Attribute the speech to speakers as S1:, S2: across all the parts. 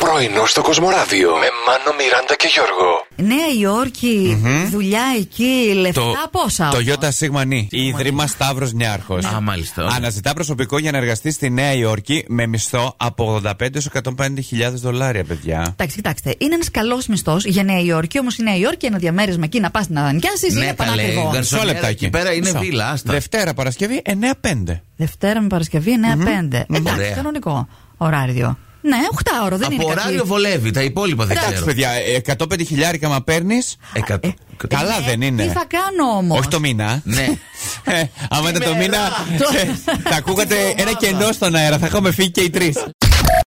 S1: Πρωινό στο Κοσμοράδιο με Μάνο, Μιράντα και Γιώργο.
S2: Νέα Υόρκη, δουλειά εκεί, λεφτά πόσα.
S3: το
S2: όμως.
S3: Ιώτα Σίγμανη, Ίδρυμα Σταύρος Νιάρχος.
S4: Α, μάλιστα. Ωραία.
S3: Ναι. Αναζητά προσωπικό για να εργαστεί στη Νέα Υόρκη με μισθό από 85 έως 150.000 δολάρια, παιδιά.
S2: Εντάξει, κοιτάξτε, είναι ένας καλός μισθός για Νέα Υόρκη, όμως η Νέα Υόρκη ένα διαμέρισμα εκεί να πας να νοικιάσεις είναι
S4: καλέ,
S2: πανακριβό.
S4: γαρσονιέρα
S3: Μισό λεπτάκι.
S4: εκεί πέρα είναι
S3: Μισό.
S4: βίλα, άστα.
S3: Δευτέρα Παρασκευή 9-5.
S2: Δευτέρα με Παρασκευή 9-5. Εντάξει,
S4: Ωραία.
S2: κανονικό ωράριο. Ναι, 8 ώρο, δεν
S4: Από
S2: είναι
S4: ωράριο
S2: κακή.
S4: βολεύει, τα υπόλοιπα δεν
S3: Εντάξει,
S4: ξέρω.
S3: παιδιά, 150 χιλιάρικα μα παίρνει.
S4: Εκατό-
S2: ε,
S4: εκατό-
S3: Καλά
S2: Ε,
S3: δεν είναι.
S2: Τι θα κάνω όμως.
S3: Ναι, Όχι το μήνα.
S4: Ναι.
S3: Ε, Άμα ήταν το μήνα, ε, θα ακούγατε ένα κενό στον αέρα. Θα είχαμε φύγει και οι τρεις.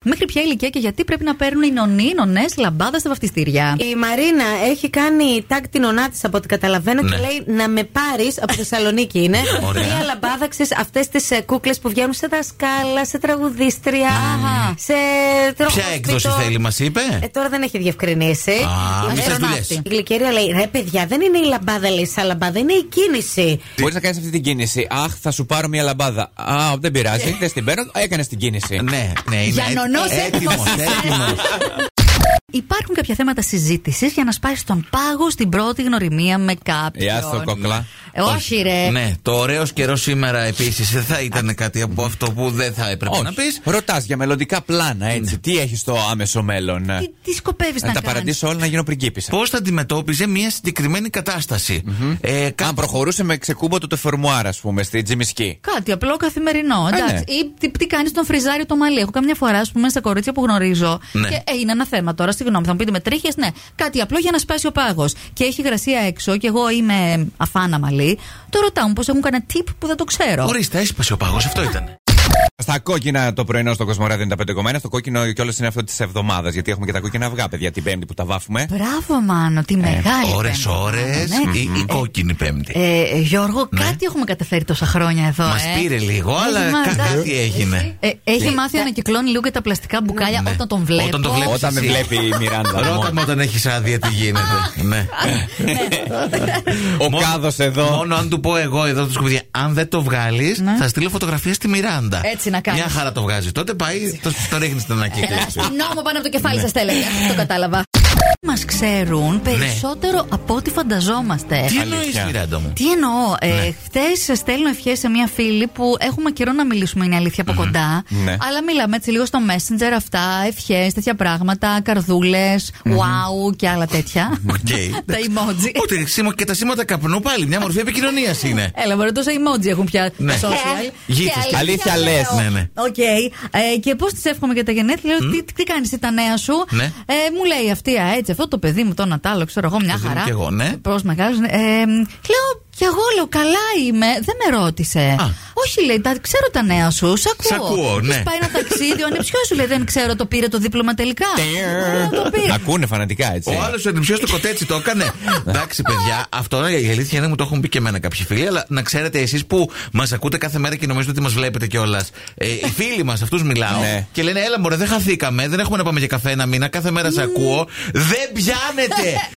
S2: Μέχρι ποια ηλικία και γιατί πρέπει να παίρνουν οι νονοί, οι νονές, λαμπάδα στα βαφτιστήρια.
S5: Η Μαρίνα έχει κάνει τάκ την ονά της από ό,τι καταλαβαίνω
S4: Ναι.
S5: και λέει να με πάρεις από Θεσσαλονίκη είναι.
S4: Ωραία.
S5: Μία λαμπάδα, ξέρεις αυτές τις κούκλε ε, που βγαίνουν σε δασκάλα, σε τραγουδίστρια, σε τροχόσπιτο.
S4: Ποια έκδοση θέλει, μα
S5: Ε,
S4: είπε.
S5: τώρα δεν έχει διευκρινίσει.
S4: Α,
S5: Η
S4: μη σας
S5: Μαρίνα-
S4: δουλειές.
S5: Η γλυκερία λέει: Ρε, παιδιά, δεν είναι η λαμπάδα, λέει, σαν λαμπάδα, είναι η κίνηση.
S3: Μπορείς να κάνεις αυτή την κίνηση. Αχ, θα σου πάρω μια λαμπάδα. Α, δεν πειράζει, δεν στην παίρνω. Έκανες την κίνηση.
S4: Ναι, ναι, είναι
S2: ε, Για νονός
S4: έτοιμος.
S2: έτοιμος. Ε, Υπάρχουν κάποια θέματα συζήτησης για να σπάσει τον πάγο στην πρώτη γνωριμία με κάποιον.
S3: Γεια σου, κοκλά.
S2: Ε, όχι, ρε.
S4: Ναι, το ωραίος καιρός σήμερα επίσης δεν θα ήταν κάτι από αυτό που δεν θα έπρεπε να πεις.
S3: Ρωτάς για μελλοντικά πλάνα,
S4: Ναι.
S3: έτσι. Τι έχεις στο άμεσο μέλλον.
S2: Τι, τι σκοπεύεις να
S3: Να Ε, τα
S2: κάνεις.
S3: παραντήσω όλα να γίνω πριγκίπισσα.
S4: Πώς θα αντιμετώπιζε μια συγκεκριμένη κατάσταση. Ε, κα-
S3: Αν προχωρούσε με ξεκούμπατο το φερμουάρ, ας πούμε, στη τζιμισκή.
S2: Κάτι απλό καθημερινό. Εντάξει.
S3: ναι.
S2: Ή τι, τι κάνεις τον φριζάριο το μαλλί. Έχω καμιά φορά, ας πούμε, στα κορίτσια που γνωρίζω.
S4: Ναι.
S2: Και ε, είναι ένα θέμα τώρα, συγγνώμη, θα μου πείτε με τρίχες. Ναι, κάτι απλό για να σπάσει ο πάγος. Και έχει γρασία έξω και εγώ είμαι αφάνα μαλλί. Το ρωτάω μου πώ έχουν κανένα tip που δεν το ξέρω.
S4: Ορίστε, έσπασε ο πάγος, αυτό ήταν.
S3: Στα κόκκινα το πρωινό στο Κοσμοράδιο είναι τα πέντε κομμένα. Στο κόκκινο κιόλας είναι αυτό της εβδομάδας. Γιατί έχουμε και τα κόκκινα αυγά, παιδιά, την Πέμπτη που τα βάφουμε.
S2: Μπράβο, Μάνο,
S4: Ε,
S2: τι μεγάλη.
S4: Ωρε,
S2: πέμπτη.
S4: ώρες.
S2: Ναι.
S4: Η η κόκκινη πέμπτη.
S2: Ε, ε, Γιώργο, κάτι έχουμε καταφέρει τόσα χρόνια εδώ.
S4: Μας
S2: ε.
S4: Ναι. πήρε λίγο,
S2: Έχει
S4: αλλά
S2: μάθει.
S4: κάτι έγινε. Ναι.
S2: Ε, έχει μάθει να κυκλώνει λίγο και τα πλαστικά μπουκάλια όταν τον βλέπω.
S4: Όταν τον βλέπεις.
S3: Όταν με
S4: εσύ.
S3: βλέπει η Μιράντα.
S4: Ρώτα
S3: μόνο.
S2: ε,
S4: με όταν έχεις άδεια τι γίνεται. ναι.
S3: Ο
S4: Μόνο-
S3: κάδος εδώ.
S4: Μόνο αν του πω εγώ εδώ στο σκουπίδι, αν δεν το βγάλεις,
S2: Ναι.
S4: θα στείλω φωτογραφία στη Μιράντα.
S2: Έτσι να κάνεις.
S4: Μια χαρά το βγάζει. Τότε πάει, το, το ρίχνει στην ανακύκλωση.
S2: Στην νόμο πάνω από το κεφάλι σας έλεγε. Αυτό το κατάλαβα. Μας ξέρουν περισσότερο από ό,τι φανταζόμαστε.
S4: Ναι. Τι Ναι. εννοείς,
S3: Αλήθεια.
S4: Μιράντα μου.
S2: Τι εννοώ, ε, χθες στέλνω ευχές σε μια φίλη που έχουμε καιρό να μιλήσουμε, είναι αλήθεια από κοντά.
S3: Ναι.
S2: Αλλά μιλάμε έτσι λίγο στο Messenger αυτά, ευχές, τέτοια πράγματα, καρδούλες, wow και άλλα τέτοια.
S4: Οκ.
S2: τα emoji.
S4: Ούτε σήμα- και τα σήματα καπνού πάλι. Μια μορφή επικοινωνίας είναι.
S2: Έλα, μωρέ, τόσα emoji έχουν πια
S4: Ναι.
S2: τα social.
S4: Γήθες.
S2: Και
S3: Αλήθεια λες.
S2: λέω.
S4: Ναι, ναι.
S2: Οκ. Ε, και πώς τη εύχομαι για τα γενέθλια, λέω, τι, τι κάνεις τα νέα σου.
S4: Ναι.
S2: Ε, μου λέει αυτή, α, έτσι, αυτό το παιδί μου, το Νατάλο, ξέρω εγώ, μια
S4: παιδί μου
S2: χαρά.
S4: κι εγώ, ναι.
S2: Πώς μεγάλος, ναι. Ε, μ, λέω, κι εγώ λέω, καλά είμαι. Δεν με ρώτησε.
S4: Α.
S2: Όχι, λέει, τα, ξέρω τα νέα σου. Σ' ακούω.
S4: Σ' ακούω,
S2: Της
S4: ναι.
S2: πάει ένα ταξίδι, ο ανεψιό σου λέει, δεν ξέρω, το πήρε το δίπλωμα τελικά. Ε, το πήρε.
S3: Ακούνε φανατικά, έτσι.
S4: Ο άλλος ο εντυπωσιό του κοτέτσι το έκανε. Εντάξει, παιδιά, αυτό η αλήθεια είναι μου το έχουν πει και εμένα κάποιοι φίλοι, αλλά να ξέρετε εσείς που μας ακούτε κάθε μέρα και νομίζετε ότι μας βλέπετε κιόλας. Ε, οι φίλοι μας, αυτούς μιλάω
S3: Ναι.
S4: και λένε, έλα μωρέ, δεν χαθήκαμε, δεν έχουμε να πάμε για καφέ ένα μήνα, κάθε μέρα σε ακούω. Δεν πιάνετε!